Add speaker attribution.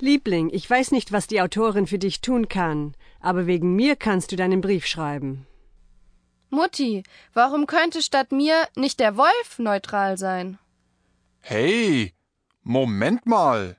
Speaker 1: Liebling, ich weiß nicht, was die Autorin für dich tun kann, aber wegen mir kannst du deinen Brief schreiben.
Speaker 2: Mutti, warum könnte statt mir nicht der Wolf neutral sein?
Speaker 3: Hey, Moment mal.